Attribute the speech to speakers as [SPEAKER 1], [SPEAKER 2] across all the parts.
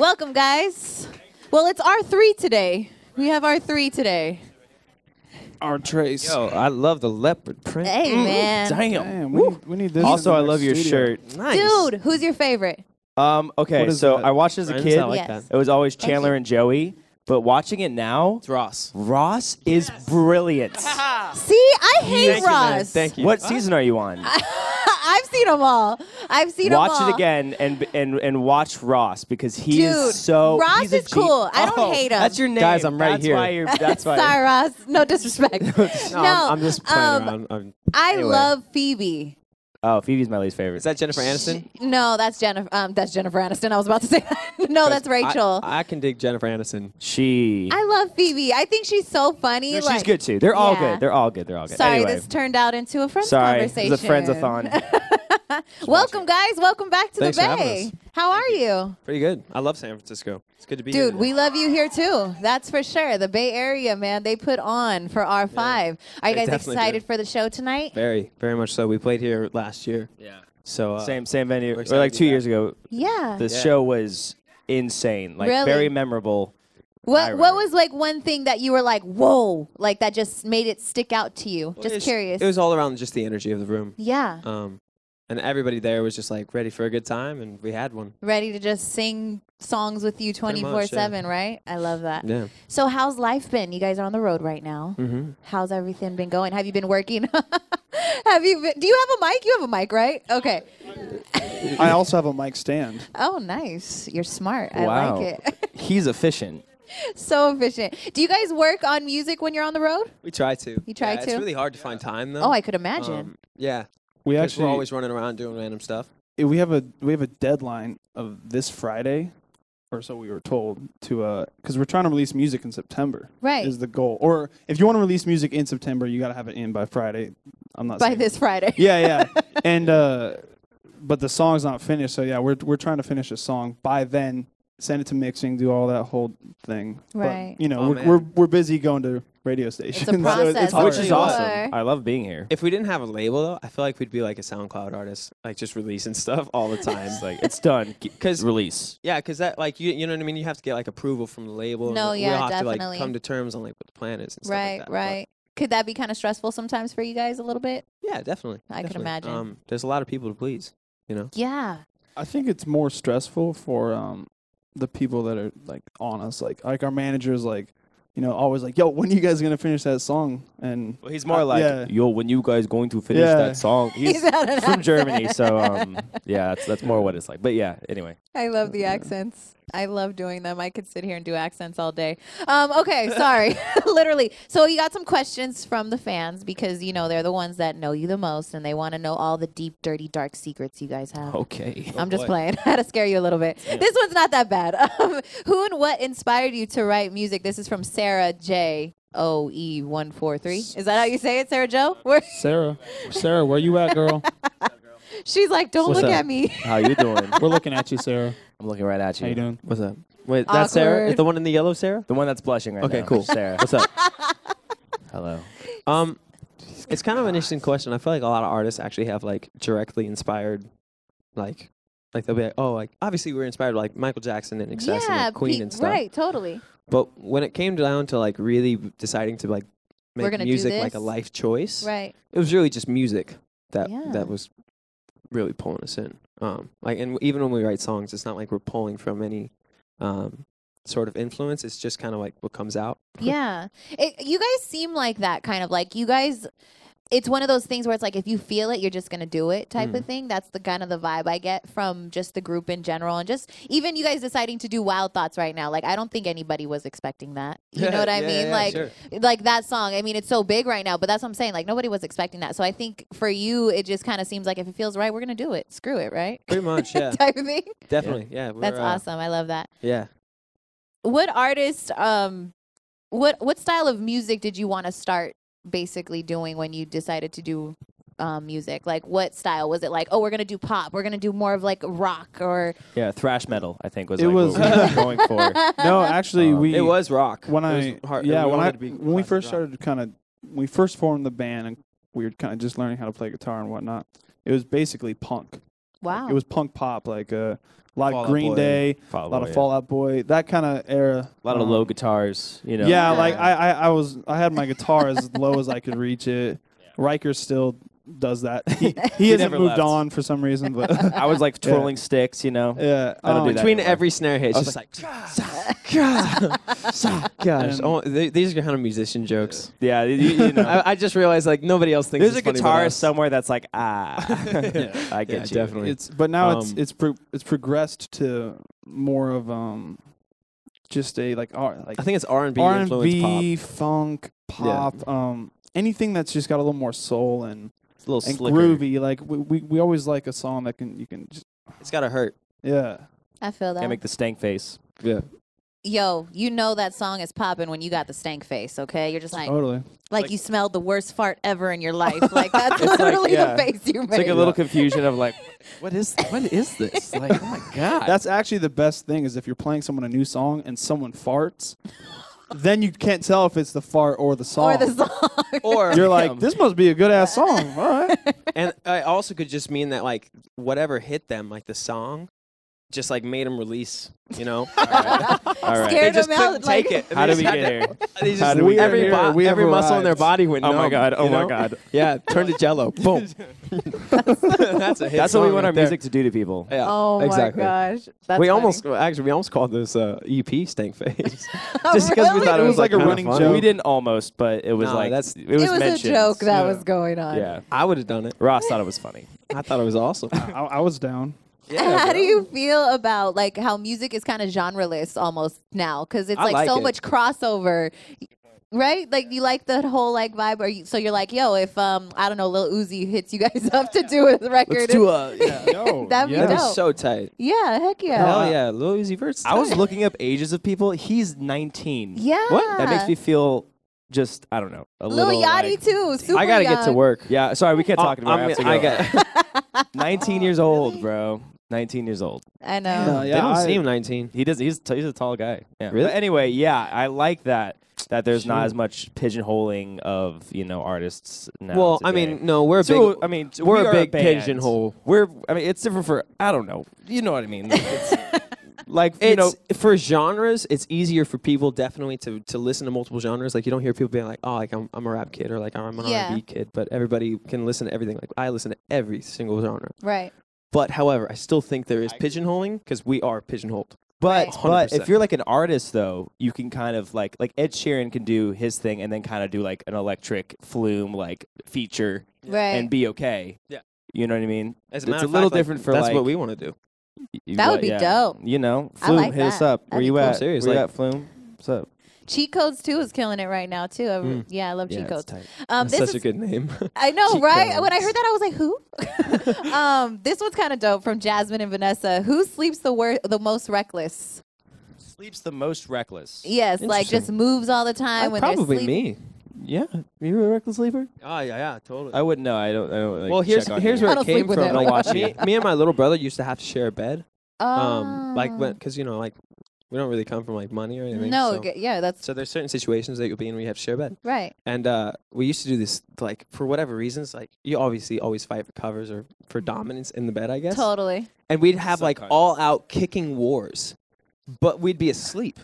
[SPEAKER 1] Welcome, guys. Well, it's our three today. We have our three today.
[SPEAKER 2] Our trace.
[SPEAKER 3] Yo, I love the leopard print.
[SPEAKER 1] Hey,
[SPEAKER 4] Mm.
[SPEAKER 1] man.
[SPEAKER 2] Damn. We, we need this.
[SPEAKER 3] Also,
[SPEAKER 2] in
[SPEAKER 3] I
[SPEAKER 2] our
[SPEAKER 3] love your
[SPEAKER 2] studio.
[SPEAKER 3] shirt. Nice.
[SPEAKER 1] Dude, who's your favorite?
[SPEAKER 3] Um, okay,
[SPEAKER 2] What is
[SPEAKER 3] so
[SPEAKER 2] that?
[SPEAKER 3] I watched as a
[SPEAKER 2] Friends?
[SPEAKER 3] kid.
[SPEAKER 2] I
[SPEAKER 1] like Yes. that.
[SPEAKER 3] It was always Chandler and Joey, but watching it now,
[SPEAKER 2] It's Ross.
[SPEAKER 3] Ross is brilliant.
[SPEAKER 1] See, I hate
[SPEAKER 2] Thank you,
[SPEAKER 1] Ross.
[SPEAKER 2] man. Thank you.
[SPEAKER 3] what season are you on?
[SPEAKER 1] I've seen them all. I've seen them all.
[SPEAKER 3] watch it again and and and watch Ross because he
[SPEAKER 1] Dude,
[SPEAKER 3] is so.
[SPEAKER 1] Ross
[SPEAKER 3] he's a
[SPEAKER 1] is
[SPEAKER 3] G- Oh,
[SPEAKER 1] cool. I don't hate him.
[SPEAKER 3] That's your name,
[SPEAKER 4] Guys, I'm right
[SPEAKER 3] that's
[SPEAKER 4] here.
[SPEAKER 3] Why you're, that's why.
[SPEAKER 1] Sorry, Ross. No disrespect. no,
[SPEAKER 4] No, I'm, I'm just playing
[SPEAKER 1] um,
[SPEAKER 4] around. I'm,
[SPEAKER 1] I
[SPEAKER 4] anyway.
[SPEAKER 1] love Phoebe.
[SPEAKER 3] Oh, Phoebe's my least favorite.
[SPEAKER 4] Is that Jennifer Aniston?
[SPEAKER 1] No, that's Jennifer. Um, that's Jennifer Aniston. I was about to say. That. no, that's Rachel. I,
[SPEAKER 4] I, I can dig Jennifer Aniston.
[SPEAKER 3] she.
[SPEAKER 1] love Phoebe. I think she's so funny.
[SPEAKER 3] No, she's
[SPEAKER 1] like-
[SPEAKER 3] good too. They're all
[SPEAKER 1] Yeah.
[SPEAKER 3] good. They're all good. They're all good.
[SPEAKER 1] Sorry,
[SPEAKER 3] anyway,
[SPEAKER 1] this turned out into a friends
[SPEAKER 3] sorry. It
[SPEAKER 1] conversation.
[SPEAKER 3] was a friends-a-thon.
[SPEAKER 1] Welcome, guys. Welcome back to
[SPEAKER 4] Thanks
[SPEAKER 1] the
[SPEAKER 4] for
[SPEAKER 1] Bay.
[SPEAKER 4] having us.
[SPEAKER 1] How are you?
[SPEAKER 4] Pretty good. I love San Francisco. It's good to be here.
[SPEAKER 1] Dude, we love you here too. That's for sure. The Bay Area, man, they put on for R5. Are you
[SPEAKER 4] They
[SPEAKER 1] guys
[SPEAKER 4] definitely
[SPEAKER 1] excited
[SPEAKER 4] do.
[SPEAKER 1] for the show tonight?
[SPEAKER 4] very, very much so. We played here last year. Yeah. So uh,
[SPEAKER 3] same same venue. Or
[SPEAKER 4] excited
[SPEAKER 3] like
[SPEAKER 4] to be
[SPEAKER 3] two
[SPEAKER 4] back.
[SPEAKER 3] years ago,
[SPEAKER 1] Yeah.
[SPEAKER 3] the show was insane. Like
[SPEAKER 1] Really?
[SPEAKER 3] very memorable.
[SPEAKER 1] what
[SPEAKER 3] remember.
[SPEAKER 1] what was like one thing that you were like, "Whoa," like that just made it stick out to you?
[SPEAKER 4] It's-
[SPEAKER 1] Just curious.
[SPEAKER 4] It was all around just the energy of the room.
[SPEAKER 1] yeah.
[SPEAKER 4] Um, and everybody there was just like ready for a good time, and we had one.
[SPEAKER 1] Ready to just sing songs with you
[SPEAKER 4] Pretty
[SPEAKER 1] 24/7,
[SPEAKER 4] much, yeah.
[SPEAKER 1] right? I love that.
[SPEAKER 4] Yeah.
[SPEAKER 1] So how's life been? You guys are on the road right now.
[SPEAKER 4] Mm-hmm.
[SPEAKER 1] How's everything been going? Have you been working? have you been, do you have a mic? You have a mic, right? Okay.
[SPEAKER 2] I also have a mic stand.
[SPEAKER 1] Oh, nice. You're smart. I
[SPEAKER 3] wow.
[SPEAKER 1] like it.
[SPEAKER 3] He's efficient.
[SPEAKER 1] so efficient. Do you guys work on music when you're on the road?
[SPEAKER 4] We try to.
[SPEAKER 1] You try
[SPEAKER 4] Yeah, It's
[SPEAKER 1] to?
[SPEAKER 4] really hard to find time though.
[SPEAKER 1] Oh, I could imagine.
[SPEAKER 4] Um, yeah.
[SPEAKER 2] We
[SPEAKER 4] 'cause
[SPEAKER 2] actually eh,
[SPEAKER 4] we're always running around doing random stuff.
[SPEAKER 2] we have a we have a deadline of this Friday, or so we were told to uh because we're trying to release music in September.
[SPEAKER 1] Right.
[SPEAKER 2] Is the goal? Or if you want to release music in September, you got to have it in by Friday. I'm not
[SPEAKER 1] By
[SPEAKER 2] saying-
[SPEAKER 1] this Friday.
[SPEAKER 2] Yeah, yeah. and uh but the song's not finished, so yeah, we're we're trying to finish the song by then. Send it to mixing, do all that whole thing. But,
[SPEAKER 1] Right.
[SPEAKER 2] you know,
[SPEAKER 4] Oh,
[SPEAKER 2] we're,
[SPEAKER 4] man.
[SPEAKER 2] we're we're busy going to radio stations. so
[SPEAKER 1] process,
[SPEAKER 2] hard.
[SPEAKER 1] Which
[SPEAKER 3] Which
[SPEAKER 1] is
[SPEAKER 3] is
[SPEAKER 1] Sure.
[SPEAKER 3] awesome. I love being here.
[SPEAKER 4] If we didn't have a label though, I feel like we'd be like a SoundCloud artist, like just releasing stuff all the time.
[SPEAKER 3] It's like it's done. Because release.
[SPEAKER 4] Yeah, because that like you you know what I mean. You have to get like approval from the label. and
[SPEAKER 1] No,
[SPEAKER 4] we-
[SPEAKER 1] yeah,
[SPEAKER 4] we'll have to
[SPEAKER 1] definitely.
[SPEAKER 4] like come to terms on like what the plan is. And stuff
[SPEAKER 1] right,
[SPEAKER 4] like that. but-
[SPEAKER 1] right. Could that be kind of stressful sometimes for you guys a little bit?
[SPEAKER 4] yeah, definitely.
[SPEAKER 1] I could
[SPEAKER 4] definitely.
[SPEAKER 1] imagine.
[SPEAKER 4] Um, there's a lot of people to please. You know.
[SPEAKER 1] Yeah.
[SPEAKER 2] I think it's more stressful for um the people that are like on us, like like our managers, like you know, always like, yo, when are you guys gonna finish that song? And
[SPEAKER 3] Well, he's
[SPEAKER 4] Uh,
[SPEAKER 3] more like,
[SPEAKER 2] yeah.
[SPEAKER 3] yo, when you guys going to finish
[SPEAKER 2] Yeah.
[SPEAKER 3] that song? He's,
[SPEAKER 1] He's out of
[SPEAKER 3] from Germany, so um, yeah, that's that's more what it's like. But yeah, anyway.
[SPEAKER 1] I love the accents. I love doing them. I could sit here and do accents all day. Um, okay, sorry. Literally. So you got some questions from the fans because you know they're the ones that know you the most and they want to know all the deep, dirty, dark secrets you guys have.
[SPEAKER 4] Oh,
[SPEAKER 3] Okay.
[SPEAKER 1] I'm just playing. I had to scare you a little bit. This one's not that bad. Um, who and what inspired you to write music? This is from Sarah J O E one four three. Is that how you say it, Sarah Joe? Where,
[SPEAKER 5] Sarah, Sarah, where you at, girl?
[SPEAKER 1] she's like, don't
[SPEAKER 5] What's
[SPEAKER 1] look
[SPEAKER 5] up?
[SPEAKER 1] at me.
[SPEAKER 3] How you doing?
[SPEAKER 5] We're looking at you, Sarah.
[SPEAKER 3] I'm looking right at you.
[SPEAKER 5] How you doing?
[SPEAKER 4] What's up? Wait, that's Sarah. Is
[SPEAKER 1] Awkward.
[SPEAKER 4] the one in the yellow Sarah?
[SPEAKER 3] The one that's blushing right
[SPEAKER 4] Okay,
[SPEAKER 3] now.
[SPEAKER 4] cool.
[SPEAKER 3] Sarah.
[SPEAKER 4] What's up?
[SPEAKER 3] Hello.
[SPEAKER 4] Um, it's kind of an interesting question. I feel like a lot of artists actually have like directly inspired, like, like they'll be like, oh, like obviously we were inspired by like Michael Jackson and Excess and like, Queen
[SPEAKER 1] pe-
[SPEAKER 4] and stuff.
[SPEAKER 1] right, totally.
[SPEAKER 4] But when it came down to like really deciding to like
[SPEAKER 1] We're
[SPEAKER 4] make
[SPEAKER 1] gonna do
[SPEAKER 4] music like a
[SPEAKER 1] this.
[SPEAKER 4] life choice,
[SPEAKER 1] Right.
[SPEAKER 4] it was really just music that
[SPEAKER 1] Yeah.
[SPEAKER 4] that was really pulling us in. Um, like, and even when we write songs, it's not like we're pulling from any um, sort of influence. It's just kind of like what comes out.
[SPEAKER 1] yeah it, you guys seem like that kind of like you guys it's one of those things where it's like if you feel it, you're just gonna do it type
[SPEAKER 4] Mm.
[SPEAKER 1] of thing. That's the kind of the vibe I get from just the group in general, and just even you guys deciding to do Wild Thoughts right now. Like I don't think anybody was expecting that. You know what I
[SPEAKER 4] Yeah,
[SPEAKER 1] mean?
[SPEAKER 4] yeah,
[SPEAKER 1] like
[SPEAKER 4] sure.
[SPEAKER 1] like that song. I mean, it's so big right now, but that's what I'm saying. Like nobody was expecting that. So I think for you, it just kind of seems like if it feels right, we're gonna do it. Screw it, right?
[SPEAKER 4] Pretty much, yeah.
[SPEAKER 1] type of thing.
[SPEAKER 4] Definitely, yeah. we're,
[SPEAKER 1] That's
[SPEAKER 4] uh,
[SPEAKER 1] awesome. I love that
[SPEAKER 4] Yeah.
[SPEAKER 1] what artist um what what style of music did you want to start basically doing when you decided to do um, music like what style was it like oh we're gonna do pop we're gonna do more of like rock or
[SPEAKER 3] Yeah, thrash metal. I think was
[SPEAKER 2] It
[SPEAKER 3] like
[SPEAKER 2] was-
[SPEAKER 3] what we were going for.
[SPEAKER 2] no, actually,
[SPEAKER 3] Um,
[SPEAKER 2] we
[SPEAKER 4] Uh, It was rock.
[SPEAKER 2] when
[SPEAKER 4] It was
[SPEAKER 2] I
[SPEAKER 4] hard-
[SPEAKER 2] yeah
[SPEAKER 4] we
[SPEAKER 2] when I
[SPEAKER 4] wanted to be
[SPEAKER 2] when we
[SPEAKER 4] classic
[SPEAKER 2] first
[SPEAKER 4] rock.
[SPEAKER 2] started kind of we first formed the band and we were kind of just learning how to play guitar and whatnot. It was basically punk. Like,
[SPEAKER 1] wow
[SPEAKER 2] It was punk pop, like uh, a lot
[SPEAKER 3] Fall Out
[SPEAKER 2] of Green
[SPEAKER 3] Boy.
[SPEAKER 2] Day,
[SPEAKER 3] Fall
[SPEAKER 2] a lot
[SPEAKER 3] Boy,
[SPEAKER 2] of
[SPEAKER 3] yeah.
[SPEAKER 2] Fall Out Boy, that kind of era.
[SPEAKER 3] A lot of
[SPEAKER 2] Um,
[SPEAKER 4] Uh-huh.
[SPEAKER 3] low guitars. You know.
[SPEAKER 2] Yeah, like I, I, I was, I had my guitar as low as I could reach it. Riker still does that. He, he hasn't
[SPEAKER 3] never
[SPEAKER 2] moved
[SPEAKER 3] left.
[SPEAKER 2] on for some reason, but
[SPEAKER 3] I was like twirling sticks. You know.
[SPEAKER 2] yeah, um,
[SPEAKER 3] I don't do that.
[SPEAKER 4] Between
[SPEAKER 3] anymore.
[SPEAKER 4] every snare hit, it's just like, gosh,
[SPEAKER 2] And-
[SPEAKER 4] oh, th- these are kind of musician jokes.
[SPEAKER 3] Yeah, you, you know.
[SPEAKER 4] I, I just realized like nobody else thinks
[SPEAKER 3] There's a
[SPEAKER 4] it's funny but
[SPEAKER 3] guitarist
[SPEAKER 4] us.
[SPEAKER 3] somewhere that's like, ah, I get
[SPEAKER 4] Yeah,
[SPEAKER 3] you.
[SPEAKER 4] definitely.
[SPEAKER 2] It's but now it's
[SPEAKER 4] Um,
[SPEAKER 2] it's pro- it's progressed to more of um just a like R like
[SPEAKER 4] I think it's R and B
[SPEAKER 2] R
[SPEAKER 4] influenced
[SPEAKER 2] and
[SPEAKER 4] pop.
[SPEAKER 2] B funk pop um anything that's just got a little more soul and
[SPEAKER 3] It's a little
[SPEAKER 2] and
[SPEAKER 3] slicker.
[SPEAKER 2] groovy like we, we we always like a song that can you can just
[SPEAKER 4] It's gotta hurt.
[SPEAKER 2] yeah
[SPEAKER 1] i feel
[SPEAKER 3] Can't
[SPEAKER 1] that
[SPEAKER 3] make the stank face.
[SPEAKER 4] Yeah.
[SPEAKER 1] yo you know that song is popping when you got the stank face okay you're just like
[SPEAKER 2] totally
[SPEAKER 1] like, you smelled the worst fart ever in your life like that's
[SPEAKER 3] It's like,
[SPEAKER 1] literally
[SPEAKER 3] yeah.
[SPEAKER 1] the face you made
[SPEAKER 3] It's like a little confusion of like,
[SPEAKER 4] What is what is this? Like, oh my god.
[SPEAKER 2] that's actually the best thing is if you're playing someone a new song and someone farts then you can't tell if it's the fart or the song
[SPEAKER 1] or the song
[SPEAKER 4] Or
[SPEAKER 2] you're like this must be a good ass song all right
[SPEAKER 4] and I also could just mean that like whatever hit them, like the song, just like made them release. You know,
[SPEAKER 3] all right,
[SPEAKER 4] they
[SPEAKER 1] scared
[SPEAKER 4] just
[SPEAKER 1] him out
[SPEAKER 4] couldn't
[SPEAKER 1] like
[SPEAKER 4] take it.
[SPEAKER 3] how
[SPEAKER 4] They
[SPEAKER 3] do we
[SPEAKER 4] just
[SPEAKER 3] get
[SPEAKER 4] had
[SPEAKER 3] here?
[SPEAKER 4] to- they just-
[SPEAKER 3] How do we
[SPEAKER 4] every
[SPEAKER 3] get
[SPEAKER 4] bo-
[SPEAKER 3] here? We have
[SPEAKER 4] every muscle in their
[SPEAKER 2] arrived.
[SPEAKER 4] body went.
[SPEAKER 3] Oh my
[SPEAKER 4] numb,
[SPEAKER 3] god!
[SPEAKER 4] you
[SPEAKER 3] Oh my
[SPEAKER 4] know?
[SPEAKER 3] god!
[SPEAKER 4] Yeah, turn to Jello. Boom. That's a hit.
[SPEAKER 3] That's what we
[SPEAKER 4] song
[SPEAKER 3] want our
[SPEAKER 4] right there.
[SPEAKER 3] music to do to people.
[SPEAKER 4] Yeah,
[SPEAKER 1] oh
[SPEAKER 4] exactly.
[SPEAKER 1] my gosh that's
[SPEAKER 4] we
[SPEAKER 1] funny.
[SPEAKER 4] almost well, actually we almost called this uh, EP Stank Face
[SPEAKER 1] Oh,
[SPEAKER 4] just because we
[SPEAKER 1] really?
[SPEAKER 4] thought it was, like a running joke.
[SPEAKER 3] We didn't almost, but it was
[SPEAKER 4] No,
[SPEAKER 3] like
[SPEAKER 4] that's-
[SPEAKER 3] it was,
[SPEAKER 1] it was
[SPEAKER 3] mentioned.
[SPEAKER 1] a joke that
[SPEAKER 2] Yeah.
[SPEAKER 1] was going on.
[SPEAKER 3] Yeah,
[SPEAKER 4] I would have done it.
[SPEAKER 3] Ross thought it was funny.
[SPEAKER 4] I thought it was awesome.
[SPEAKER 2] I, I was down
[SPEAKER 1] how do you feel about like how music is kind of genreless almost now because it's
[SPEAKER 4] I
[SPEAKER 1] like,
[SPEAKER 4] like
[SPEAKER 1] so
[SPEAKER 4] it.
[SPEAKER 1] much crossover right like you like the whole like vibe or you, so you're like yo if um i don't know lil uzi hits you guys up to do a record
[SPEAKER 4] Let's do a yeah.
[SPEAKER 1] that'd
[SPEAKER 4] That'd
[SPEAKER 1] be
[SPEAKER 4] be
[SPEAKER 1] dope
[SPEAKER 4] so tight.
[SPEAKER 1] yeah heck yeah
[SPEAKER 4] Hell yeah, Lil Uzi Vert's
[SPEAKER 3] I was
[SPEAKER 4] tight.
[SPEAKER 3] looking up ages of people. He's 19.
[SPEAKER 1] yeah
[SPEAKER 3] That makes me feel just I don't know a
[SPEAKER 1] Lil
[SPEAKER 3] little.
[SPEAKER 1] Yachty
[SPEAKER 3] like-
[SPEAKER 1] too super
[SPEAKER 3] I gotta get to
[SPEAKER 1] young.
[SPEAKER 3] work. Yeah, sorry, we kept
[SPEAKER 4] Oh,
[SPEAKER 3] talking about.
[SPEAKER 4] I'm-
[SPEAKER 3] it. I,
[SPEAKER 4] I
[SPEAKER 3] have to go.
[SPEAKER 4] got.
[SPEAKER 3] 19 years old, bro. 19 years old.
[SPEAKER 1] i know
[SPEAKER 2] No,
[SPEAKER 4] They
[SPEAKER 2] Uh, yeah,
[SPEAKER 4] don't
[SPEAKER 2] I-
[SPEAKER 4] seem 19.
[SPEAKER 3] He does. He's t- he's a tall guy. Yeah.
[SPEAKER 4] Really?
[SPEAKER 3] But anyway, yeah, I like that that there's not as much pigeonholing of you know artists now.
[SPEAKER 4] well, I
[SPEAKER 3] today.
[SPEAKER 4] mean, no, we're a big.
[SPEAKER 3] So, I mean, t-
[SPEAKER 4] we're
[SPEAKER 3] we
[SPEAKER 4] a
[SPEAKER 3] are
[SPEAKER 4] big
[SPEAKER 3] band.
[SPEAKER 4] pigeonhole.
[SPEAKER 3] We're. I mean, it's different for. I don't know. You know what I mean? It's, like you
[SPEAKER 4] it's
[SPEAKER 3] know.
[SPEAKER 4] for genres. It's easier for people definitely to, to listen to multiple genres. Like you don't hear people being like, "Oh, like I'm, I'm a rap kid" or like "I'm an
[SPEAKER 1] Yeah.
[SPEAKER 4] R&B kid," but everybody can listen to everything. Like I listen to every single genre.
[SPEAKER 1] right
[SPEAKER 4] But however, I still think there is pigeonholing because we are pigeonholed.
[SPEAKER 3] But
[SPEAKER 1] Right.
[SPEAKER 3] but if
[SPEAKER 4] 100%.
[SPEAKER 3] you're like an artist though, you can kind of like like Ed Sheeran can do his thing and then kind of do like an electric flume like feature
[SPEAKER 1] right
[SPEAKER 3] and be okay.
[SPEAKER 4] Yeah.
[SPEAKER 3] You know what I mean?
[SPEAKER 4] As
[SPEAKER 3] It's
[SPEAKER 4] matter
[SPEAKER 3] a
[SPEAKER 4] of
[SPEAKER 3] little
[SPEAKER 4] fact, like,
[SPEAKER 3] different for,
[SPEAKER 4] that's
[SPEAKER 3] like-
[SPEAKER 4] what we want to do.
[SPEAKER 3] You-
[SPEAKER 1] That would
[SPEAKER 3] what-
[SPEAKER 1] be dope.
[SPEAKER 3] You know,
[SPEAKER 1] I
[SPEAKER 3] Flume,
[SPEAKER 1] like
[SPEAKER 3] hit us
[SPEAKER 1] that.
[SPEAKER 3] up.
[SPEAKER 1] That'd
[SPEAKER 3] Where
[SPEAKER 1] be
[SPEAKER 3] you
[SPEAKER 1] cool.
[SPEAKER 3] at?
[SPEAKER 4] Serious,
[SPEAKER 3] Where you
[SPEAKER 4] like-
[SPEAKER 3] at, Flume? What's up?
[SPEAKER 1] cheat codes too is killing it right now too I- yeah i love cheat codes
[SPEAKER 4] tight.
[SPEAKER 1] um
[SPEAKER 4] That's
[SPEAKER 1] this
[SPEAKER 4] such
[SPEAKER 1] is
[SPEAKER 4] a good name.
[SPEAKER 1] I know,
[SPEAKER 4] Cheat
[SPEAKER 1] right?
[SPEAKER 4] codes.
[SPEAKER 1] When I heard that, I was like, "Who?" um, this one's kind of dope from Jasmine and Vanessa. Who sleeps the wor- the most reckless?
[SPEAKER 3] Sleeps the most reckless.
[SPEAKER 1] Yes, like just
[SPEAKER 4] Interesting. Uh,
[SPEAKER 1] moves all the time when
[SPEAKER 4] probably
[SPEAKER 1] they're sleeping.
[SPEAKER 4] me.
[SPEAKER 3] Yeah. You a reckless sleeper?
[SPEAKER 4] Oh yeah, yeah, totally.
[SPEAKER 3] I wouldn't know. I don't. I don't. Like,
[SPEAKER 4] well, here's
[SPEAKER 3] check on
[SPEAKER 4] here's
[SPEAKER 3] you.
[SPEAKER 1] I
[SPEAKER 4] where
[SPEAKER 1] don't
[SPEAKER 4] it
[SPEAKER 1] sleep
[SPEAKER 4] came
[SPEAKER 1] with
[SPEAKER 4] from.
[SPEAKER 1] him. I'll
[SPEAKER 3] watch
[SPEAKER 4] me,
[SPEAKER 3] you.
[SPEAKER 4] me and my little brother used to have to share a bed. um like
[SPEAKER 1] Oh.
[SPEAKER 4] when because you know like we don't really come from like money or anything
[SPEAKER 1] no,
[SPEAKER 4] so,
[SPEAKER 1] g- yeah, that's
[SPEAKER 4] so there's certain situations that you'll be in where you have to share a bed
[SPEAKER 1] right.
[SPEAKER 4] and uh we used to do this like for whatever reasons like you obviously always fight for covers or for dominance in the bed i guess
[SPEAKER 1] Totally.
[SPEAKER 4] and we'd have like
[SPEAKER 3] Subconscious.
[SPEAKER 4] all out kicking wars but we'd be asleep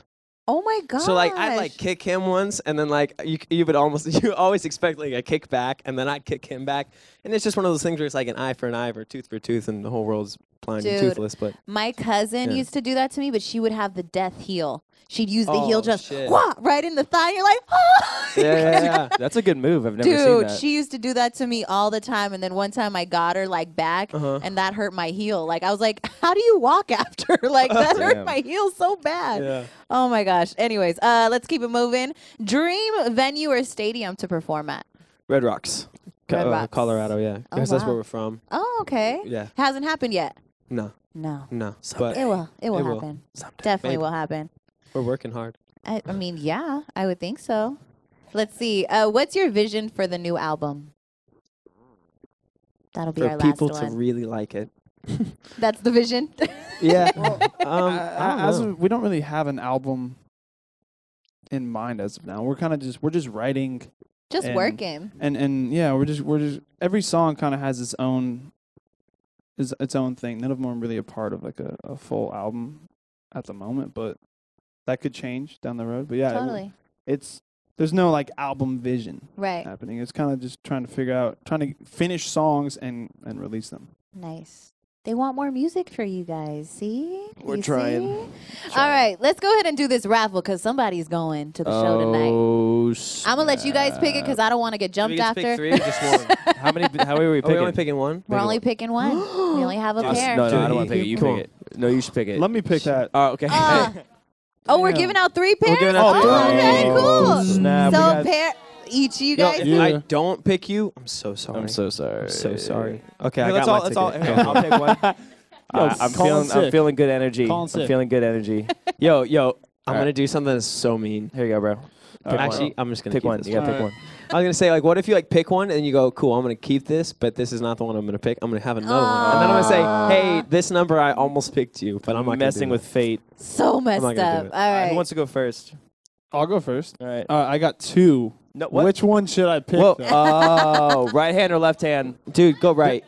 [SPEAKER 1] Oh my god.
[SPEAKER 4] so like i'd like kick him once and then like you, you would almost you always expect like a kick back and then i'd kick him back And it's just one of those things where it's like an eye for an eye or tooth for tooth, and the whole world's blind and
[SPEAKER 1] Dude.
[SPEAKER 4] toothless. But
[SPEAKER 1] My cousin
[SPEAKER 4] Yeah.
[SPEAKER 1] used to do that to me, but she would have the death heel. She'd use the heel
[SPEAKER 4] Oh,
[SPEAKER 1] just
[SPEAKER 4] shit.
[SPEAKER 1] wah, right in the thigh. And you're like, oh.
[SPEAKER 3] That's a good move. I've never seen
[SPEAKER 1] Dude,
[SPEAKER 3] that.
[SPEAKER 1] she used to do that to me all the time. And then one time I got her like back
[SPEAKER 4] Uh-huh.
[SPEAKER 1] and that hurt my heel. Like I was like, how do you walk after? like that hurt
[SPEAKER 3] Damn.
[SPEAKER 1] my heel so bad.
[SPEAKER 4] Yeah.
[SPEAKER 1] Oh my gosh. Anyways, uh, let's keep it moving. Dream venue or stadium to perform at.
[SPEAKER 4] Red Rocks, Co-
[SPEAKER 1] Red
[SPEAKER 4] uh,
[SPEAKER 1] Rocks.
[SPEAKER 4] Colorado, yeah,
[SPEAKER 1] Oh,
[SPEAKER 4] because that's
[SPEAKER 1] wow.
[SPEAKER 4] where we're from.
[SPEAKER 1] Oh, okay.
[SPEAKER 4] Yeah,
[SPEAKER 1] Hasn't happened yet.
[SPEAKER 4] no,
[SPEAKER 1] No.
[SPEAKER 4] no,
[SPEAKER 1] It will. It will
[SPEAKER 4] It will.
[SPEAKER 1] happen.
[SPEAKER 4] but
[SPEAKER 1] Definitely
[SPEAKER 4] Maybe.
[SPEAKER 1] will happen.
[SPEAKER 4] we're working hard.
[SPEAKER 1] I, I mean, yeah, I would think so. Let's see. Uh, what's your vision for the new album? That'll be our
[SPEAKER 4] for people
[SPEAKER 1] last
[SPEAKER 4] to
[SPEAKER 1] one.
[SPEAKER 4] really like it.
[SPEAKER 1] That's the vision.
[SPEAKER 4] Yeah.
[SPEAKER 2] I-
[SPEAKER 4] um,
[SPEAKER 2] I- as we, we don't really have an album in mind as of now. We're kind of just we're just writing
[SPEAKER 1] Just
[SPEAKER 2] And-
[SPEAKER 1] working.
[SPEAKER 2] and and yeah, we're just we're just every song kind of has its own is its own thing. None of them are really a part of like a, a full album at the moment, but that could change down the road. But yeah, it-
[SPEAKER 1] Totally.
[SPEAKER 2] it's there's no like album vision
[SPEAKER 1] Right.
[SPEAKER 2] happening. It's kind of just trying to figure out trying to finish songs and and release them.
[SPEAKER 1] Nice. They want more music for you guys. See?
[SPEAKER 4] We're
[SPEAKER 1] You
[SPEAKER 4] trying.
[SPEAKER 1] see? All right. Let's go ahead and do this raffle because somebody's going to the show tonight.
[SPEAKER 3] Oh,
[SPEAKER 1] I'm going to let you guys pick it because I don't want to get jumped after.
[SPEAKER 3] How many? How many are we
[SPEAKER 4] Are
[SPEAKER 3] picking?
[SPEAKER 4] we only picking one?
[SPEAKER 1] We're only picking one. we only have a
[SPEAKER 3] Just-
[SPEAKER 1] pair.
[SPEAKER 3] No, no, I
[SPEAKER 4] Dude,
[SPEAKER 3] don't want to
[SPEAKER 4] he-
[SPEAKER 3] pick it. You
[SPEAKER 4] come
[SPEAKER 3] pick it. No, you should pick it.
[SPEAKER 2] Let me pick that.
[SPEAKER 3] Oh, okay.
[SPEAKER 1] Uh, oh, we're
[SPEAKER 2] Damn.
[SPEAKER 1] giving out three pairs?
[SPEAKER 3] giving out
[SPEAKER 1] oh,
[SPEAKER 3] three.
[SPEAKER 1] okay,
[SPEAKER 3] Oh,
[SPEAKER 1] cool.
[SPEAKER 3] snap. We
[SPEAKER 1] so,
[SPEAKER 3] got-
[SPEAKER 1] pair each of you
[SPEAKER 4] Yo,
[SPEAKER 1] guys.
[SPEAKER 4] if
[SPEAKER 5] Yeah.
[SPEAKER 4] I don't pick you, I'm so sorry.
[SPEAKER 3] I'm so sorry.
[SPEAKER 4] I'm so sorry. Okay, I
[SPEAKER 3] No, that's all.
[SPEAKER 4] got
[SPEAKER 3] That's
[SPEAKER 4] my
[SPEAKER 3] all.
[SPEAKER 4] ticket.
[SPEAKER 3] Here, I'll pick one. I-
[SPEAKER 5] call in
[SPEAKER 3] I'm feeling. I'm
[SPEAKER 5] sick.
[SPEAKER 3] feeling good energy.
[SPEAKER 5] Call in
[SPEAKER 3] I'm
[SPEAKER 5] sick.
[SPEAKER 3] feeling good energy.
[SPEAKER 4] Yo, yo, I'm
[SPEAKER 3] Alright.
[SPEAKER 4] gonna do something that's so mean.
[SPEAKER 3] Here you go, bro.
[SPEAKER 2] Pick
[SPEAKER 4] Actually,
[SPEAKER 2] one.
[SPEAKER 4] I'm just gonna
[SPEAKER 3] Pick
[SPEAKER 4] keep
[SPEAKER 3] one.
[SPEAKER 4] this
[SPEAKER 3] You gotta pick
[SPEAKER 5] Alright.
[SPEAKER 3] one.
[SPEAKER 4] I was gonna say, like, what if you like pick one and you go, cool, I'm gonna keep this, but this is not the one I'm gonna pick. I'm gonna have another one, and then I'm gonna say, hey, this number I almost picked you, but I'm not
[SPEAKER 3] I'm
[SPEAKER 4] gonna
[SPEAKER 3] messing
[SPEAKER 4] do
[SPEAKER 3] with fate.
[SPEAKER 1] So messed
[SPEAKER 4] not gonna
[SPEAKER 1] up.
[SPEAKER 4] do it.
[SPEAKER 1] All right.
[SPEAKER 3] Who wants to go first?
[SPEAKER 2] I'll go first.
[SPEAKER 3] All right.
[SPEAKER 5] All right, I got two.
[SPEAKER 3] No. What?
[SPEAKER 5] Which one should I pick?
[SPEAKER 3] Whoa.
[SPEAKER 5] though?
[SPEAKER 3] Oh, right hand or left hand?
[SPEAKER 4] that. dude. Go right,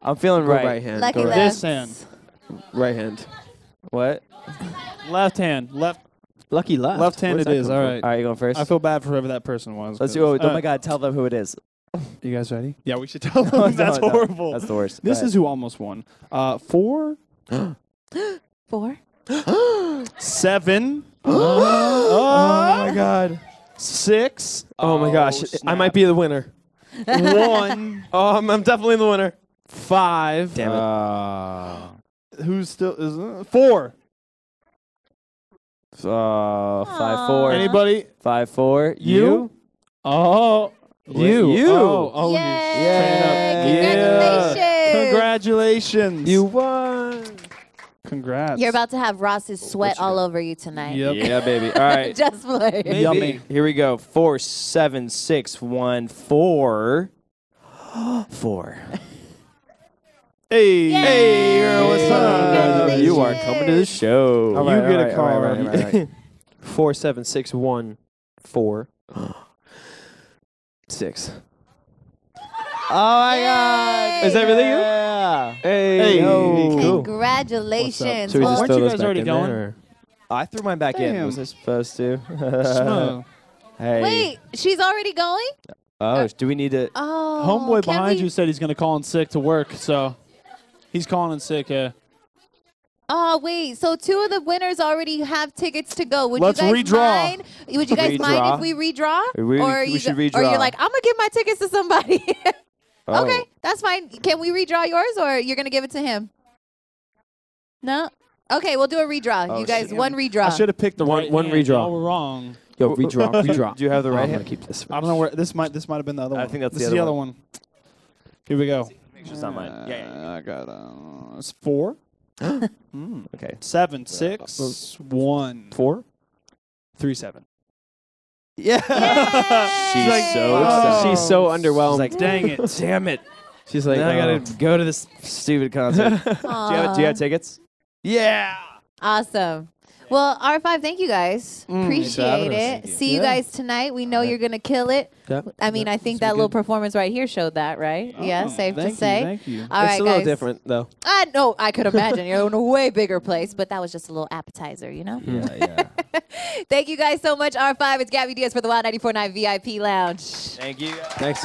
[SPEAKER 3] I'm feeling
[SPEAKER 4] go
[SPEAKER 3] right.
[SPEAKER 4] right, hand,
[SPEAKER 1] Lucky
[SPEAKER 4] go right.
[SPEAKER 1] left.
[SPEAKER 5] This hand.
[SPEAKER 4] right hand.
[SPEAKER 3] What?
[SPEAKER 2] uh, Left hand, left
[SPEAKER 4] Lucky left.
[SPEAKER 2] left hand
[SPEAKER 4] Where's
[SPEAKER 2] it
[SPEAKER 4] that
[SPEAKER 2] is.
[SPEAKER 4] come
[SPEAKER 2] All
[SPEAKER 4] from?
[SPEAKER 2] right.
[SPEAKER 3] All right, you going first?
[SPEAKER 2] I feel bad for whoever that person was.
[SPEAKER 3] Let's
[SPEAKER 2] 'cause-
[SPEAKER 3] do. Oh, oh
[SPEAKER 2] Uh,
[SPEAKER 3] my God! Tell them who it is.
[SPEAKER 2] You guys ready? Yeah, we should tell them.
[SPEAKER 3] No,
[SPEAKER 2] That's
[SPEAKER 3] no, no.
[SPEAKER 2] horrible.
[SPEAKER 3] That's the worst.
[SPEAKER 2] This
[SPEAKER 3] Go
[SPEAKER 2] is who almost won. Uh, four,
[SPEAKER 1] Four.
[SPEAKER 2] seven. oh my god. Six,
[SPEAKER 4] Oh, my gosh, I might be the winner.
[SPEAKER 2] one,
[SPEAKER 4] Oh, I'm, I'm definitely the winner.
[SPEAKER 2] five. Uh,
[SPEAKER 3] Damn it.
[SPEAKER 2] Who's still is uh, four?
[SPEAKER 3] Uh,
[SPEAKER 1] Aw.
[SPEAKER 3] five four.
[SPEAKER 2] Anybody?
[SPEAKER 3] Five four.
[SPEAKER 2] You? Oh, you.
[SPEAKER 3] you.
[SPEAKER 2] Oh, oh,
[SPEAKER 1] Yay!
[SPEAKER 2] you-
[SPEAKER 1] Congratulations.
[SPEAKER 2] Congratulations.
[SPEAKER 3] You won.
[SPEAKER 2] Congrats.
[SPEAKER 1] You're about to have Ross's sweat all over you tonight.
[SPEAKER 2] Yep.
[SPEAKER 3] Yeah, baby. All right.
[SPEAKER 1] Just play.
[SPEAKER 3] Maybe.
[SPEAKER 2] Yummy.
[SPEAKER 3] Here we go. Four seven six one four. Four.
[SPEAKER 2] Hey.
[SPEAKER 1] Hey, girl,
[SPEAKER 2] what's up?
[SPEAKER 3] You are coming to the show.
[SPEAKER 2] All right, You all get a right, call, all right, all right, all right.
[SPEAKER 4] Four seven six one four six.
[SPEAKER 3] oh my
[SPEAKER 1] Yay.
[SPEAKER 3] God!
[SPEAKER 4] Is that really you?
[SPEAKER 3] Yeah.
[SPEAKER 4] Hey,
[SPEAKER 2] Hey,
[SPEAKER 4] yo.
[SPEAKER 2] cool.
[SPEAKER 1] Congratulations.
[SPEAKER 4] Should we just
[SPEAKER 1] Well,
[SPEAKER 2] Weren't
[SPEAKER 4] throw
[SPEAKER 2] you
[SPEAKER 4] those
[SPEAKER 2] guys
[SPEAKER 4] back
[SPEAKER 2] already
[SPEAKER 4] in
[SPEAKER 2] going?
[SPEAKER 4] There, or-
[SPEAKER 3] I threw mine back in.
[SPEAKER 2] Damn.
[SPEAKER 3] Was I supposed to?
[SPEAKER 2] Smell.
[SPEAKER 3] hey.
[SPEAKER 1] Oh, wait, she's already going?
[SPEAKER 3] Oh, do we need to?
[SPEAKER 1] Oh.
[SPEAKER 5] Homeboy
[SPEAKER 1] can
[SPEAKER 5] behind
[SPEAKER 1] we-
[SPEAKER 5] you said he's gonna call in sick to work, so he's calling in sick.
[SPEAKER 2] uh,
[SPEAKER 5] Yeah.
[SPEAKER 1] Oh, wait. So two of the winners already have tickets to go. Would
[SPEAKER 5] Let's
[SPEAKER 1] you guys
[SPEAKER 5] redraw.
[SPEAKER 1] mind? Would you guys mind
[SPEAKER 3] Redraw.
[SPEAKER 1] if we redraw?
[SPEAKER 3] We-
[SPEAKER 1] or are
[SPEAKER 3] we
[SPEAKER 1] you
[SPEAKER 3] should
[SPEAKER 1] go- Or
[SPEAKER 3] redraw.
[SPEAKER 1] you're like, I'm going to give my tickets to somebody.
[SPEAKER 3] Oh.
[SPEAKER 1] Okay, that's fine. Can we redraw yours or you're going to give it to him? No? Okay, we'll do a redraw.
[SPEAKER 3] Oh,
[SPEAKER 1] you guys, one
[SPEAKER 2] I
[SPEAKER 1] redraw.
[SPEAKER 2] should have picked the
[SPEAKER 4] One-
[SPEAKER 2] right
[SPEAKER 4] one
[SPEAKER 2] hand.
[SPEAKER 4] redraw.
[SPEAKER 2] Y'all were wrong.
[SPEAKER 4] Yo, redraw, redraw.
[SPEAKER 3] Do you have the
[SPEAKER 4] Oh,
[SPEAKER 3] right
[SPEAKER 4] I'm gonna
[SPEAKER 3] hand?
[SPEAKER 4] keep this.
[SPEAKER 2] I don't know where this might this might have been the other
[SPEAKER 3] I
[SPEAKER 2] one.
[SPEAKER 3] think that's
[SPEAKER 2] this
[SPEAKER 3] the
[SPEAKER 2] is
[SPEAKER 3] other
[SPEAKER 2] the other one. Here we go.
[SPEAKER 3] Make sure it's not mine. Yeah.
[SPEAKER 2] Uh, I got uh, it's four, Hmm.
[SPEAKER 3] Okay.
[SPEAKER 2] seven, six, one,
[SPEAKER 4] Four.
[SPEAKER 2] three, seven.
[SPEAKER 3] Yeah. She's
[SPEAKER 2] Like,
[SPEAKER 3] so
[SPEAKER 2] oh.
[SPEAKER 3] excited.
[SPEAKER 4] She's so underwhelmed.
[SPEAKER 3] She's like, dang it, damn it.
[SPEAKER 4] She's like,
[SPEAKER 3] Now I
[SPEAKER 4] oh.
[SPEAKER 3] gotta go to this stupid concert. do, you have, do you have tickets? Yeah.
[SPEAKER 1] Awesome. Well, R5, thank you guys.
[SPEAKER 3] Mm,
[SPEAKER 1] Appreciate
[SPEAKER 4] having us.
[SPEAKER 1] it.
[SPEAKER 4] Thank you.
[SPEAKER 1] See you
[SPEAKER 4] Yeah.
[SPEAKER 1] guys tonight. We know you're going to kill it.
[SPEAKER 4] Yeah.
[SPEAKER 1] I mean, I think
[SPEAKER 4] be
[SPEAKER 1] that little
[SPEAKER 4] good.
[SPEAKER 1] performance right here showed that, right? yeah, safe
[SPEAKER 2] thank
[SPEAKER 1] to
[SPEAKER 2] you,
[SPEAKER 1] say.
[SPEAKER 2] thank you.
[SPEAKER 1] All
[SPEAKER 4] it's
[SPEAKER 1] right,
[SPEAKER 4] a little
[SPEAKER 1] guys.
[SPEAKER 4] different though.
[SPEAKER 1] I know. I could imagine. You're in a way bigger place, but that was just a little appetizer, you know?
[SPEAKER 3] Yeah, yeah.
[SPEAKER 1] Thank you guys so much, R5. It's Gabby Diaz for the Wild 94.9 VIP Lounge.
[SPEAKER 3] Thank you.
[SPEAKER 4] Thanks.